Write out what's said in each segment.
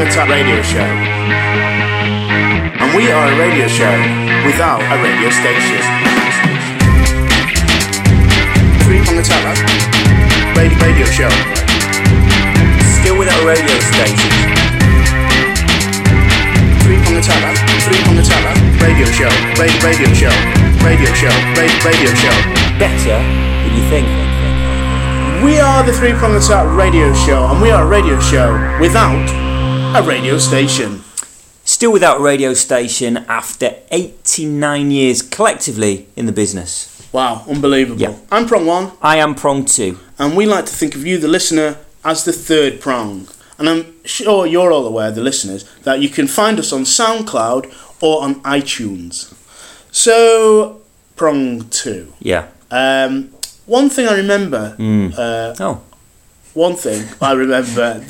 the Tap Radio Show. And we are a radio show without a radio station. Three on the Tap radio, radio Show. Still without a radio station. Three on the Tap Three on the Tap Radio Show. Radio, radio Show. Radio Show. Radio, radio Show. Better than you think. We are the Three Prong Attack Radio Show, and we are a radio show without a radio station. Still without a radio station after 89 years collectively in the business. Wow, unbelievable. Yeah. I'm Prong One, I am Prong 2. and we like to think of you, the listener, as the third prong. And I'm sure you're all aware, the listeners, that you can find us on SoundCloud or on iTunes. So, Prong 2. Yeah. Um, one thing I remember uh, Oh, one thing I remember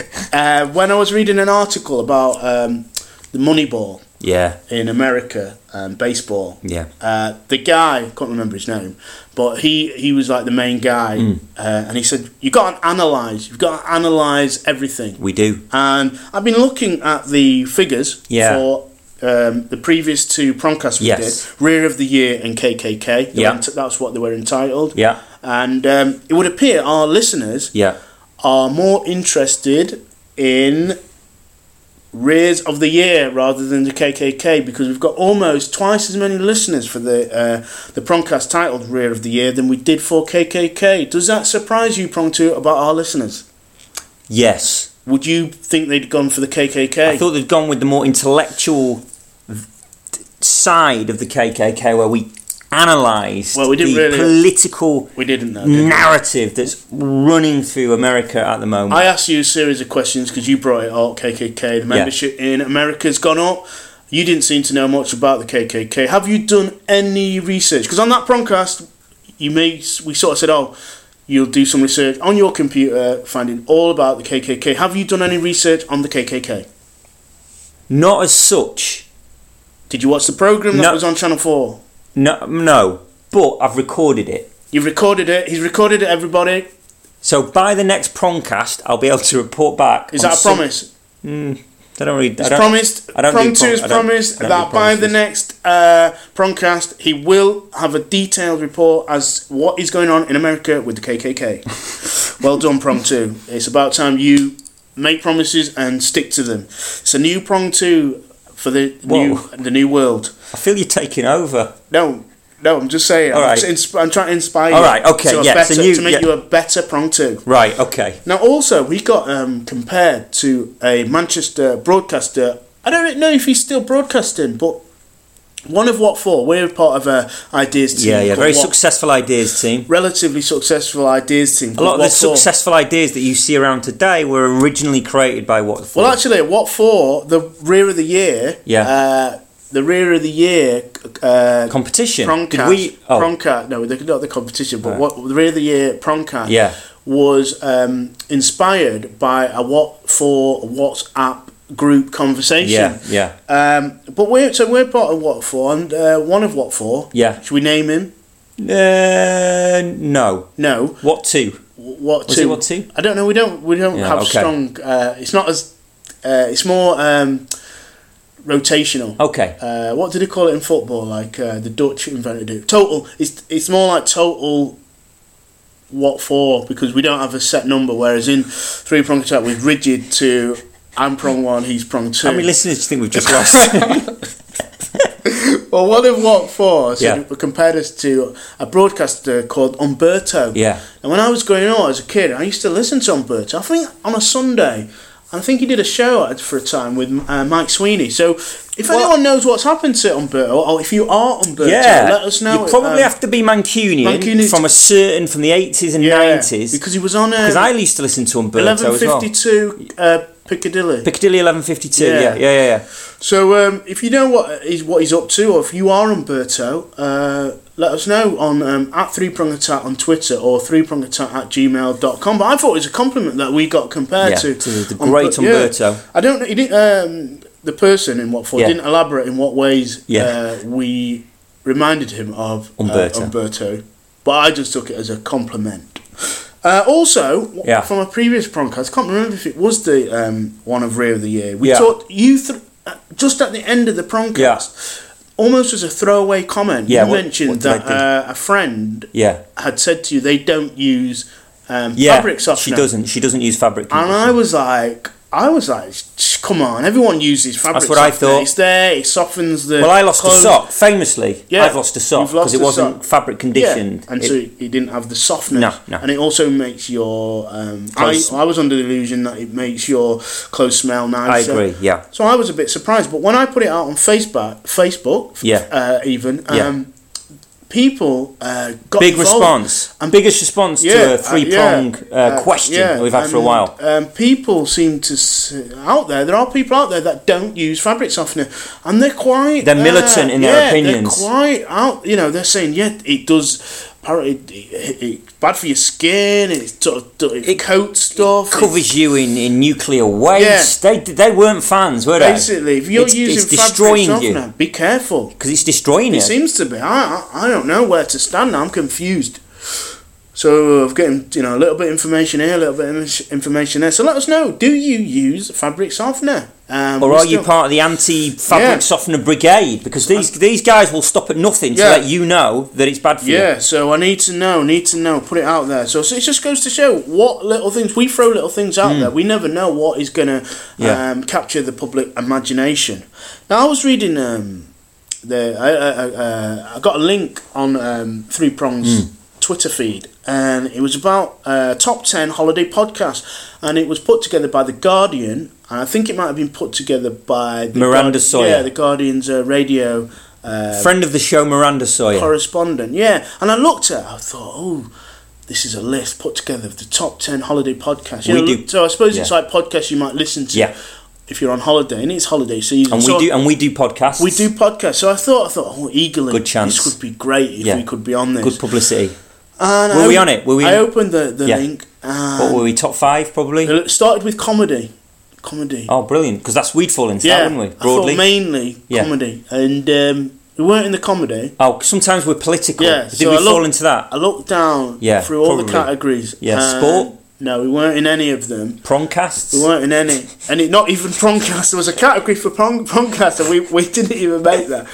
uh, when I was reading an article about um, the Moneyball yeah, in America, um, baseball. yeah. Uh, the guy can't remember his name, but he he was like the main guy, Hmm. uh, and he said you got to analyze, you've got to analyze everything. We do. And I've been looking at the figures Yeah. for. Um, the previous two promcasts we Yes. did, Rear of the Year and KKK, they Yeah. were ent- that's what they were entitled. Yeah, And um, it would appear our listeners yeah. are more interested in rears of the year rather than the KKK because we've got almost twice as many listeners for the uh, the prongcast titled rear of the year than we did for KKK. Does that surprise you, Prong Two, about our listeners? Yes. Would you think they'd gone for the KKK? I thought they'd gone with the more intellectual side of the KKK where we analysed Well, we didn't the really- political we didn't know. Did we? narrative that's running through America at the moment. I asked you a series of questions because you brought it up. KKK, the membership in America's gone up. You didn't seem to know much about the KKK. Have you done any research? Because on that promcast, you may we sort of said, "Oh, you'll do some research on your computer, finding all about the KKK." Have you done any research on the KKK? Not as such. Did you watch the program that No. was on Channel Four? No, no. But I've recorded it. You've recorded it. He's recorded it. Everybody, So by the next promcast, I'll be able to report back. is on that a some- Hmm, promise? I don't really. I It's don't, promised. I don't do Prong prom- two is I don't- promised I don't do that by the promises. next uh, promcast he will have a detailed report as what is going on in America with the KKK. well done, prong two. It's about time you make promises and stick to them. It's a new prong two for the new Whoa. the new world. I feel you're taking over. No, no, I'm just saying. All I'm, right. just insp- I'm trying to inspire. All you right, okay, to a yeah, better, so you- to make yeah. you a better prong two. Right. Okay. Now, also, we got um, compared to a Manchester broadcaster. I don't know if he's still broadcasting, but one of what for? We're part of a ideas team. Yeah. Yeah. called Very What- successful ideas team. relatively successful ideas team. A lot of the what for. successful ideas that you see around today were originally created by what? For? Well, actually, what for the rear of the year? Yeah. Uh, the rear of the year. Uh, competition. Did Promcast, we? Oh, Promcast, no, the, not the competition, but Right. what the rear of the year Promcast Yeah. was um, inspired by a what for WhatsApp group conversation. yeah. Yeah. Um, but we're so we're part of what for, and uh, one of what for? Yeah. Should we name him? Uh, no. No. What two? W- What Was two? it what two? I don't know. We don't. We don't Yeah, have okay. strong. Uh, it's not as. Uh, it's more um, rotational. Okay. Uh, what do they call it in football? Like uh, the Dutch invented it. Total. It's it's more like total. What for? Because we don't have a set number. Whereas in three prong attack, we're rigid to. I'm prong one. He's prong two. How many listeners do you think we've just lost? Well, what if what for? So Yeah. it compared us to a broadcaster called Umberto. Yeah. And when I was growing up as a kid, I used to listen to Umberto. I think on a Sunday, I think he did a show at- for a time with uh, Mike Sweeney. So if Well- anyone knows what's happened to Umberto, or if you are Umberto, yeah. let us know. You probably Um, have to be Mancunian, Mancunian- from a certain from the eighties and yeah, nineties. because he was on uh, a Because I used to listen to Umberto as well. 11:52 uh, Piccadilly. Piccadilly 1152. Yeah. Yeah, yeah, yeah. yeah. So um, if you know what he's what he's up to, or if you are Umberto, uh, let us know on um, at three prong attack on Twitter or three prong attack at gmail.com. But I thought it was a compliment that we got compared Yeah, to, to the- the great Umber- yeah. Umberto. I don't know. He didn't, um, the person in what for Yeah. didn't elaborate in what ways Yeah. uh, we reminded him of uh, Umberto. Umberto, but I just took it as a compliment. Uh, also, w- Yeah. from a previous podcast, I can't remember if it was the um, one of Rear of the Year. We Yeah. talked you th- uh, just at the end of the podcast, almost as a throwaway comment. Yeah, you what- mentioned what did I that uh, a friend Yeah. had said to you they don't use um, Yeah. fabric softener. She doesn't. She doesn't use fabric. And conditioner. I was like, I was like, "Shh, come on, everyone uses fabric what softener. I thought. It's there. It softens the. Well, I lost clothes." a sock. Famously, Yeah. I've lost a sock You've lost because it a wasn't sock. fabric conditioned. Yeah, and It- so it didn't have the softness. No, no. And it also makes your. Um, I, Clothes- I was under the illusion that it makes your clothes smell I nicer. agree. Yeah. So I was a bit surprised, but when I put it out on Facebook, Facebook, Yeah. uh, even um, Yeah. people uh, got Big involved. response. And- Biggest response to a three prong uh, uh, question yeah, that we've had for a and, while. Um, people seem to s- out there. There are people out there that don't use fabric softener, and they're quite. They're uh, militant in their yeah, opinions. They're quite out. You know, they're saying, yeah, it does. apparently It, it, it's bad for your skin. It sort of it, It- coats stuff. it- Covers you in, in nuclear waste. They they weren't fans, were they? basically, if you're It's- using it's fabric destroying you. softener, be careful. Because it's destroying It it. seems to be. I, I I don't know where to stand. now. I'm confused. So I've getting you know a little bit of information here, a little bit of inf- information there. So let us know. Do you use fabric softener? Um, Or we are you still- part of the anti-fabric Yeah. softener brigade? Because these these guys will stop at nothing to Yeah. let you know that it's bad for you. Yeah. So I need to know. Need to know. Put it out there. So, so it just goes to show what little things we throw little things out there. We never know what is going to Hmm. Yeah. um, capture the public imagination. Now I was reading. Um, the I, uh, I, I, I got a link on um, Three Prongs Hmm. Twitter feed, and it was about uh, top ten holiday podcasts, and it was put together by the Guardian, and I think it might have been put together by the Miranda Sawyer. Yeah, the Guardian's uh, radio. Uh, Friend of the show, Miranda Sawyer. correspondent. Yeah, and I looked at, it, I thought, oh, this is a list put together of the top ten holiday podcasts. You We know, do- So I suppose it's yeah. like podcasts you might listen to. Yeah. If you're on holiday and it's holiday season, and we so do and we do podcasts. we do podcasts. So I thought, I thought, oh, eagerly, Good chance. This would be great if Yeah. we could be on this. good publicity. And Were I, we on it? Were we? I opened the the Yeah. link. what And were we? Top five probably. it started with comedy, comedy. Oh, brilliant! Because that's we'd fall into that, wouldn't we? I thought Broadly. mainly Yeah. comedy, and um, we weren't in the comedy. Oh, sometimes we're political. Yeah, Did so we I fall look- into that? I looked down Yeah, through all the probably. categories. Yeah, and sport? No, we weren't in any of them. We Prongcasts. weren't in any, and it not even prongcast. There was a category for prong prongcast, and we, we didn't even make that.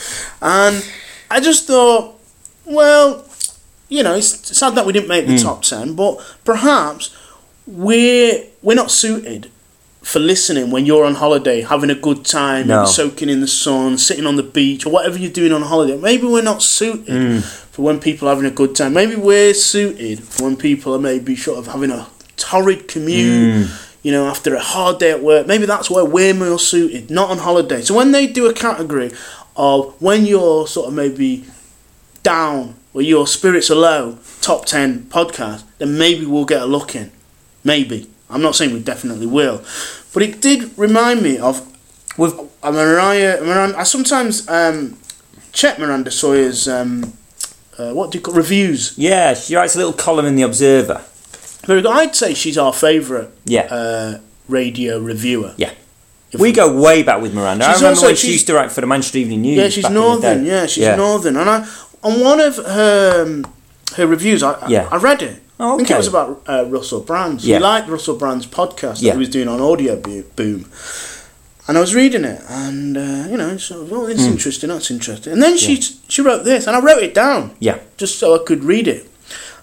And I just thought, well, you know, it's sad that we didn't make the top ten, but perhaps we're we're not suited for listening when you're on holiday, having a good time, No. soaking in the sun, sitting on the beach, or whatever you're doing on holiday. Maybe we're not suited for when people are having a good time. Maybe we're suited for when people are maybe sort of having a torrid commute. You know, after a hard day at work, maybe that's where we're more suited, not on holiday. So when they do a category of when you're sort of maybe down, where your spirits are low, top ten podcast, then maybe we'll get a look in. Maybe. I'm not saying we definitely will, but it did remind me of We've uh, Mariah. Miranda, I sometimes um, check Miranda Sawyer's um, uh, what do you call reviews. yeah. She writes a little column in the Observer. Very good. I'd say she's our favourite Yeah. uh, radio reviewer. Yeah. we go way back with Miranda. I She's remember also- when she she's- used to write for the Manchester Evening News. Yeah, she's back in the northern. day. Yeah, she's northern. And I on one of her um, her reviews, I, I- Yeah. I read it. Oh, I think it okay. was about uh, Russell Brand. Yeah. He liked Russell Brand's podcast that Yeah. he was doing on Audio Bo- Boom. And I was reading it, and uh, you know, sort of, oh, it's Hmm. interesting. That's interesting. And then she she wrote this, and I wrote it down Yeah. just so I could read it.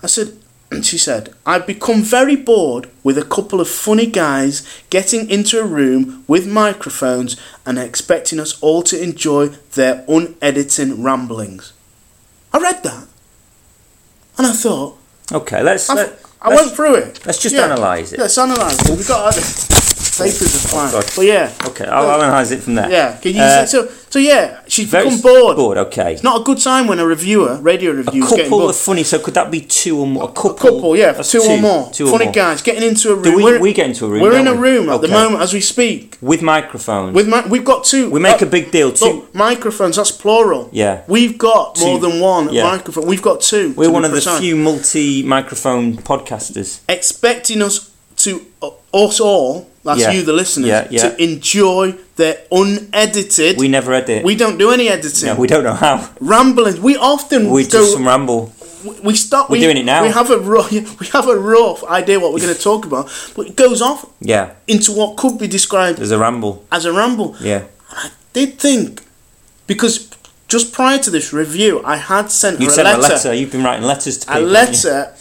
I said, she said, I've become very bored with a couple of funny guys getting into a room with microphones and expecting us all to enjoy their unedited ramblings. I read that. And I thought, Okay. Let's. I, let- I let's- went through it. let's just analyse it. Oh, Let's analyse it. We've got other papers are flying. God. but yeah. Okay. I'll, I'll analyse it from there. Yeah. Can you Uh, say, so, so yeah, she's Very become bored. bored. Okay. It's not a good sign when a reviewer, radio A reviewer, is getting couple bored. of funny. So could that be two or more? A couple. couple, yeah, that's two, or more. Two or Funny more. guys getting into a room. Do we- We're- we get into a room, We're in don't a we? room at the Okay. moment as we speak. With microphones. With mi- we've got two. we make uh, a big deal. Two. look, microphones. That's plural. Yeah. We've got Two. more than one Yeah. microphone. We've got two. We're to be one of the precise. few multi-microphone podcasters. expecting us to uh, us all. That's Yeah. you, the listeners, Yeah, yeah. to enjoy their unedited. We never edit. We don't do any editing. no, we don't know how. Rambling. We often We go just some ramble. we- we stop. We're we, doing it now. We have a rough, we have a rough idea what we're going to talk about, but it goes off Yeah, into what could be described there's a ramble. as a ramble. Yeah, I did think because just prior to this review, I had sent you her sent a a letter, letter. You've been writing letters to a people. haven't you? letter,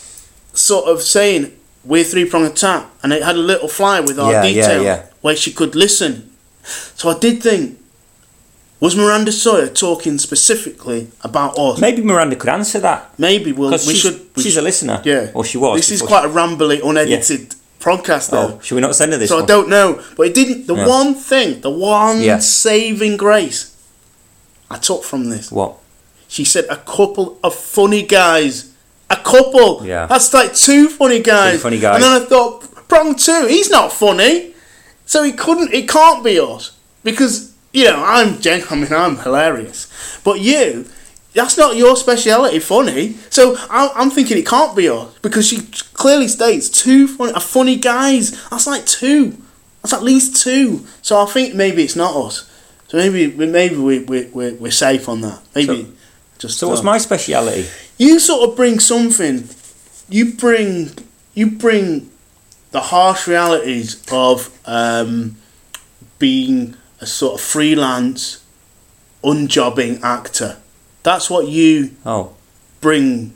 sort of saying we're three prong attack, and it had a little flyer with our Yeah, yeah, detail yeah. where she could listen. So I did think, was Miranda Sawyer talking specifically about us? Maybe Miranda could answer that Maybe we'll, we because she's, should. We she's a listener. yeah. or she was. This is before quite a rambly, unedited podcast, she- though. Oh, should we not send her this? so I one? don't know. But it didn't. The Yeah. one thing, the one Yeah. saving grace I took from this, What? she said a couple of funny guys. A couple. Yeah. That's like two funny guys. funny guys. And then I thought, prong two, he's not funny. So he couldn't, it can't be us. Because, you know, I'm gen- I mean, I'm hilarious. But you, that's not your speciality, funny. So I- I'm thinking it can't be us. Because she clearly states two funny, a funny guys. That's like two. That's at least two. So I think maybe it's not us. So maybe we- maybe we, we, we're, we're safe on that. Maybe. just So what's uh, my speciality? you sort of bring something you bring you bring the harsh realities of um, being a sort of freelance unjobbing actor that's what you Oh, bring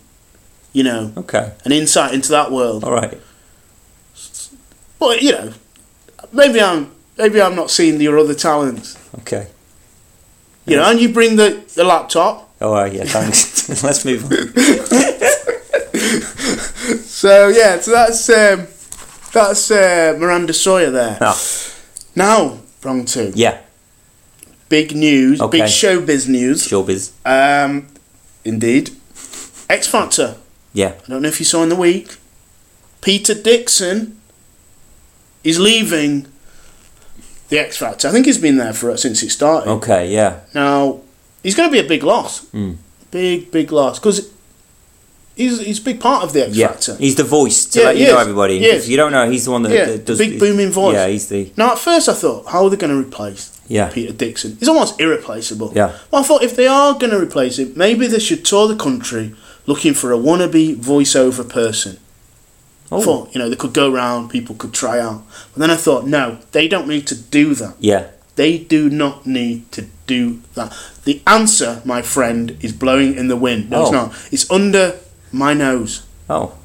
you know okay, an insight into that world all right. but you know maybe i'm maybe i'm not seeing your other talents Okay. you know and you bring the, the laptop All right. Oh, uh, Yeah. Thanks. Let's move on. so yeah so that's um, that's uh, miranda sawyer there Ah, now wrong two yeah. Big news, Okay. big showbiz news. Showbiz. Um, indeed. X Factor. Yeah. I don't know if you saw in the week. Peter Dixon is leaving the X Factor. I think he's been there for since it started. Okay. Yeah. Now he's going to be a big loss. Mm. Big, big loss because he's he's a big part of the X Yeah. Factor. He's the voice to Yeah, let he you know is. everybody. He is. If you don't know, he's the one that, Yeah, that does big booming voice. Yeah. He's the Now at first I thought, how are they going to replace yeah. Peter Dixon. He's almost irreplaceable. Yeah. Well, I thought if they are going to replace him, maybe they should tour the country looking for a wannabe voiceover person. I Oh. thought, you know, they could go round, people could try out. But then I thought, no, they don't need to do that. Yeah. They do not need to do that. The answer, my friend, is blowing in the wind. No, Oh. it's not. It's under my nose. Oh.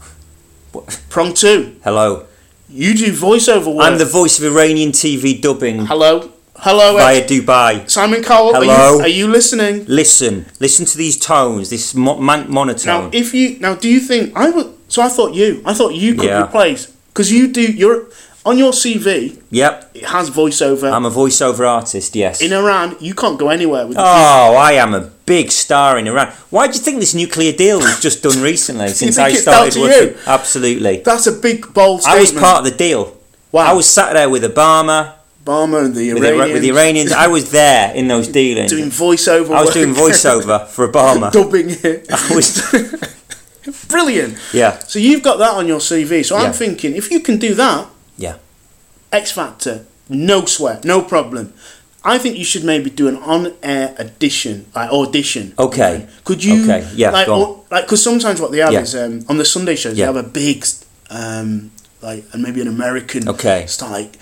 Prong two. Hello. You do voiceover work. I'm the voice of Iranian TV dubbing Hello. Hello. via Dubai. Simon Cowell, Are, Hello? you, are you listening? Listen. Listen to these tones. This mo- man- Now, monotone. if you now, do you think I would? So I thought you. I thought you could Yeah. replace because you do. You're on your CV. yep. It has voiceover. I'm a voiceover artist. Yes. in Iran, you can't go anywhere with. Oh, I am a big star in Iran. Why do you think this nuclear deal was just done recently? since think I it's started down to working, you? absolutely. That's a big bold I statement. was part of the deal. Wow. I was sat there with Obama, Obama and the with the, Iranians. Ira- with the Iranians. I was there in those dealings. doing voiceover. I was work. doing voiceover for Obama. dubbing it. I was, Brilliant. yeah, So you've got that on your CV. So Yeah. I'm thinking, if you can do that, Yeah. X Factor, no sweat, no problem. I think you should maybe do an on-air edition, like audition. Okay. Could you? Okay, yeah, Like, go on. or- like, because sometimes what they have Yeah. is um, on the Sunday shows Yeah. they have a big, um, like, and maybe an American, Okay. star, like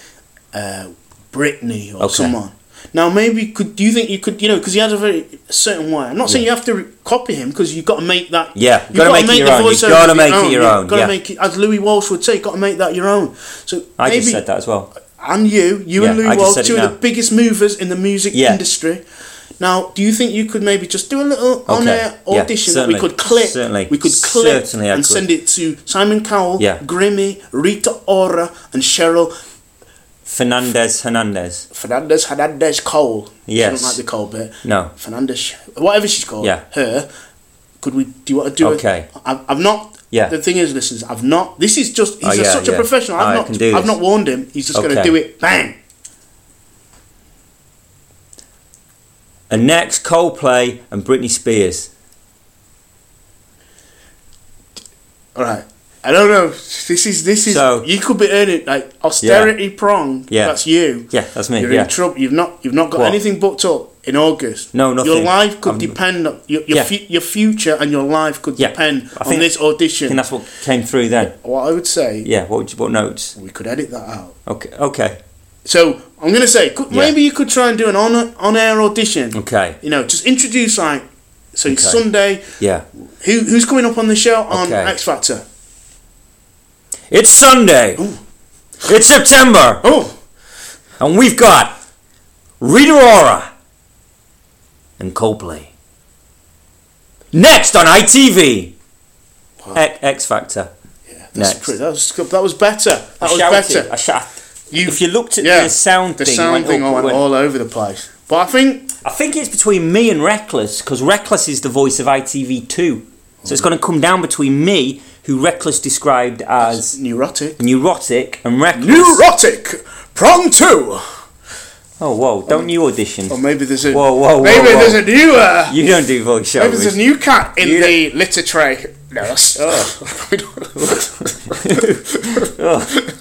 uh, Britney or Okay. someone. Now maybe could do you think you could you know because he has a very a certain way. I'm not saying you have to re- copy him because you've got to make that Yeah, you've gotta got make it to make your the own. You've voiceover gotta make it your You've own, Got to yeah. make it as Louis Walsh would say. Got to make that your own. So I maybe just said that as well. and you, you and Yeah, Lou I just Walsh, said it two now. of the biggest movers in the music Yeah. industry. Now, do you think you could maybe just do a little on air Yeah, audition that we certainly. could clip? Certainly. We could clip Certainly I and could. send it to Simon Cowell, Yeah. Grimmy, Rita Ora, and Cheryl Fernandez, Hernandez. Fernandez Hernandez Cole. I Yes. don't like the Cole bit. No. Fernandez, whatever she's called. Yeah. Her. Could we do you want to do Okay. i have I've, I've not. Yeah. The thing is, listeners, I've not. This is just. He's Oh, a- yeah, such yeah. a professional. I've I not. can do I've this. not warned him. He's just going Okay. to do it. Bang. And next, Coldplay and Britney Spears. All right. I don't know. This is this is. So- you could be earning like austerity prong. Yeah. That's you. Yeah, that's me. You're yeah. in trouble. You've not. You've not got What? anything booked up. in August. No, nothing. Your life could I'm- depend on your your, Yeah. fu- your future and your life could Yeah. depend I on think- this I audition. think that's what came through then. what I would say, Yeah. What would you, what notes? we could edit that out. Okay. Okay. So I'm gonna say could, Yeah. maybe you could try and do an on on air audition. Okay. You know, just introduce like so it's Okay. Sunday. Yeah. Who who's coming up on the show on Okay. X Factor? It's Sunday. Ooh. It's September, Oh, and we've got Rita Ora and Coldplay. Next on ITV. Wow. X, X Factor. yeah, that's Next. pretty, that was that was better. That I was shouted, better. I shout, You- if you looked at yeah, the sound the thing, it sound went thing up, I it went went- all over the place. But I think I think it's between me and Reckless because Reckless is the voice of ITV2. So it's going to come down between me, who Reckless described as neurotic. neurotic, and Reckless. Neurotic prong two. oh, whoa, don't you audition. Or maybe there's a Whoa, whoa, whoa, maybe whoa. there's a new uh, you don't do voice shows. maybe there's a new cat in You don't- the litter tray. No, that's we don't-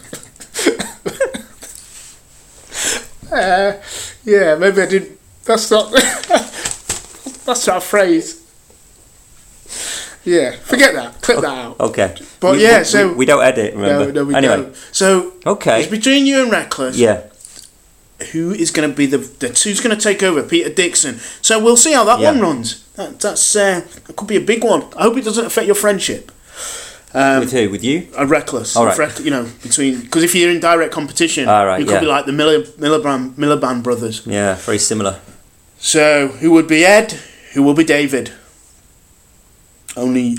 uh, yeah, maybe I didn't. That's not that's not a phrase. Yeah, forget that. Clip that out. Okay. But We- yeah, we, so- We, don't edit, remember? No, no, we anyway, don't. So it's okay. between you and Reckless. Yeah, who is going to be the, the who's going to take over Peter Dixon. So we'll see how that Yeah. one runs. That, that's uh, that could be a big one. I hope it doesn't affect your friendship. Um, with who? With you? a reckless, All right. Rec- you know, between because if you're in direct competition, All right, you could yeah. be like the Miller, Miliband, Miliband brothers. Yeah, very similar. So who would be Ed? Who will be David? Only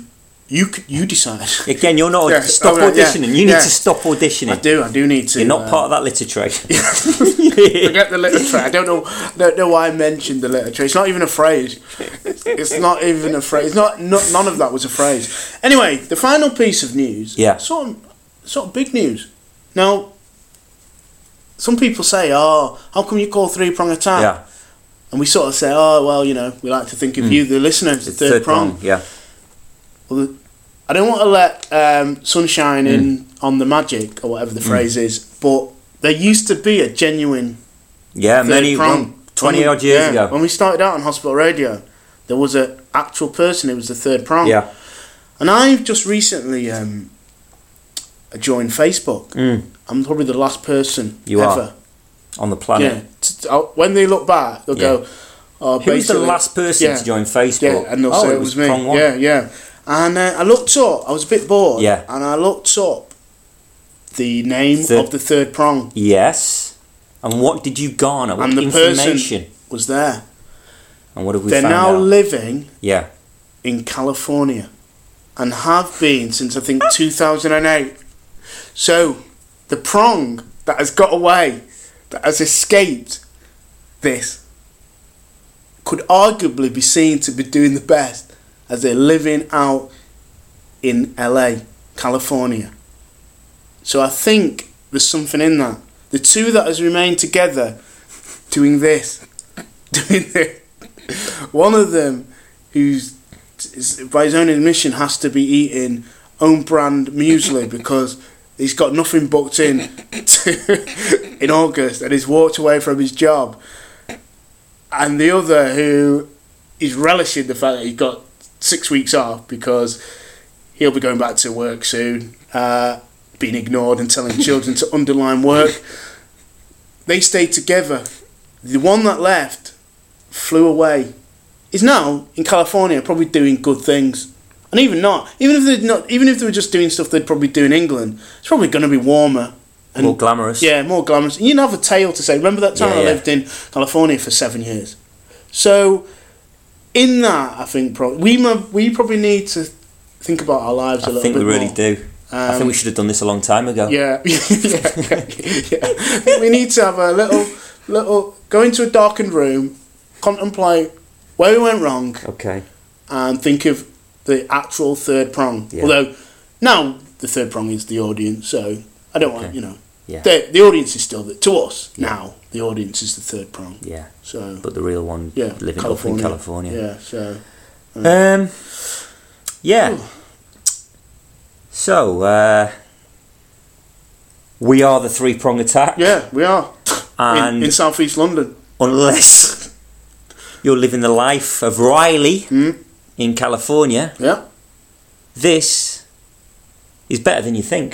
you c- you decide. Again, you're not. Yeah, Stop all right, yeah, auditioning. You need yeah. to stop I auditioning. do. I do need to. You're not uh, part of that litter trade. Forget the literature. I don't know. Don't know why I mentioned the literature. It's not even a phrase. It's not even a phrase. It's not, not none of that was a phrase. Anyway, the final piece of news. Yeah. Sort of, sort of big news. Now, some people say, "Oh, how come you call three prong attack?" yeah, Hmm. And we sort of say, "Oh, well, you know, we like to think of you, the listener, as the it's third, prong." Yeah, Well, the- I don't want to let um, sunshine in Hmm. on the magic or whatever the phrase is, but there used to be a genuine yeah. third Many prong. one, 20 When we- odd years yeah, ago. When we started out on hospital radio, there was an actual person who was the third prong. Yeah, And I've just recently um, joined Facebook. Mm. I'm probably the last person You are. ever. on the Yeah. planet. T- t- I'll- when they look back, they'll go, oh, Who was the basically- last person yeah. to join Facebook? Yeah, and they'll oh, say it was, was, me. prong one. Yeah, yeah. And uh, I looked up, I was a bit bored. Yeah. And I looked up the name Third- of the third prong Yes. And what did you garner? What And the person- information? was there. and what have we They're found now out? living yeah. in California and have been since I think 2008. So the prong that has got away, that has escaped this, could arguably be seen to be doing the best as they're living out in LA, California. So I think there's something in that. The two that has remained together doing this, doing this. One of them who's is, by his own admission, has to be eating own brand muesli because he's got nothing booked in to, in August and he's walked away from his job. And the other who is relishing the fact that he's got six weeks off because he'll be going back to work soon, uh, being ignored and telling children to underline work. They stayed together. The one that left flew away is now in California probably doing good things. And even not, even if they're not, even if they were just doing stuff they'd probably do in England, it's probably going to be warmer and More glamorous. yeah, more glamorous. And you'd have a tale to say. Remember that time Yeah, I yeah. lived in California for seven years. So, in that, I think pro- we mu- we probably need to think about our lives a I little think bit we really more. do. I Um, think we should have done this a long time ago. yeah, yeah, yeah, yeah. We need to have a little, little go into a darkened room, contemplate where we went wrong, Okay. and Um, think of the actual third prong. Yeah. Although now the third prong is the audience, so I don't want Okay. you know. Yeah. The, the audience is still the, to us now. The audience is the third prong. Yeah. So But the real one yeah, living California. up in California. Yeah. So Um Yeah. So, uh we are the three prong attack yeah, we are and in, in southeast London. unless You're living the life of Riley Hmm. in California. Yeah. This is better than you think.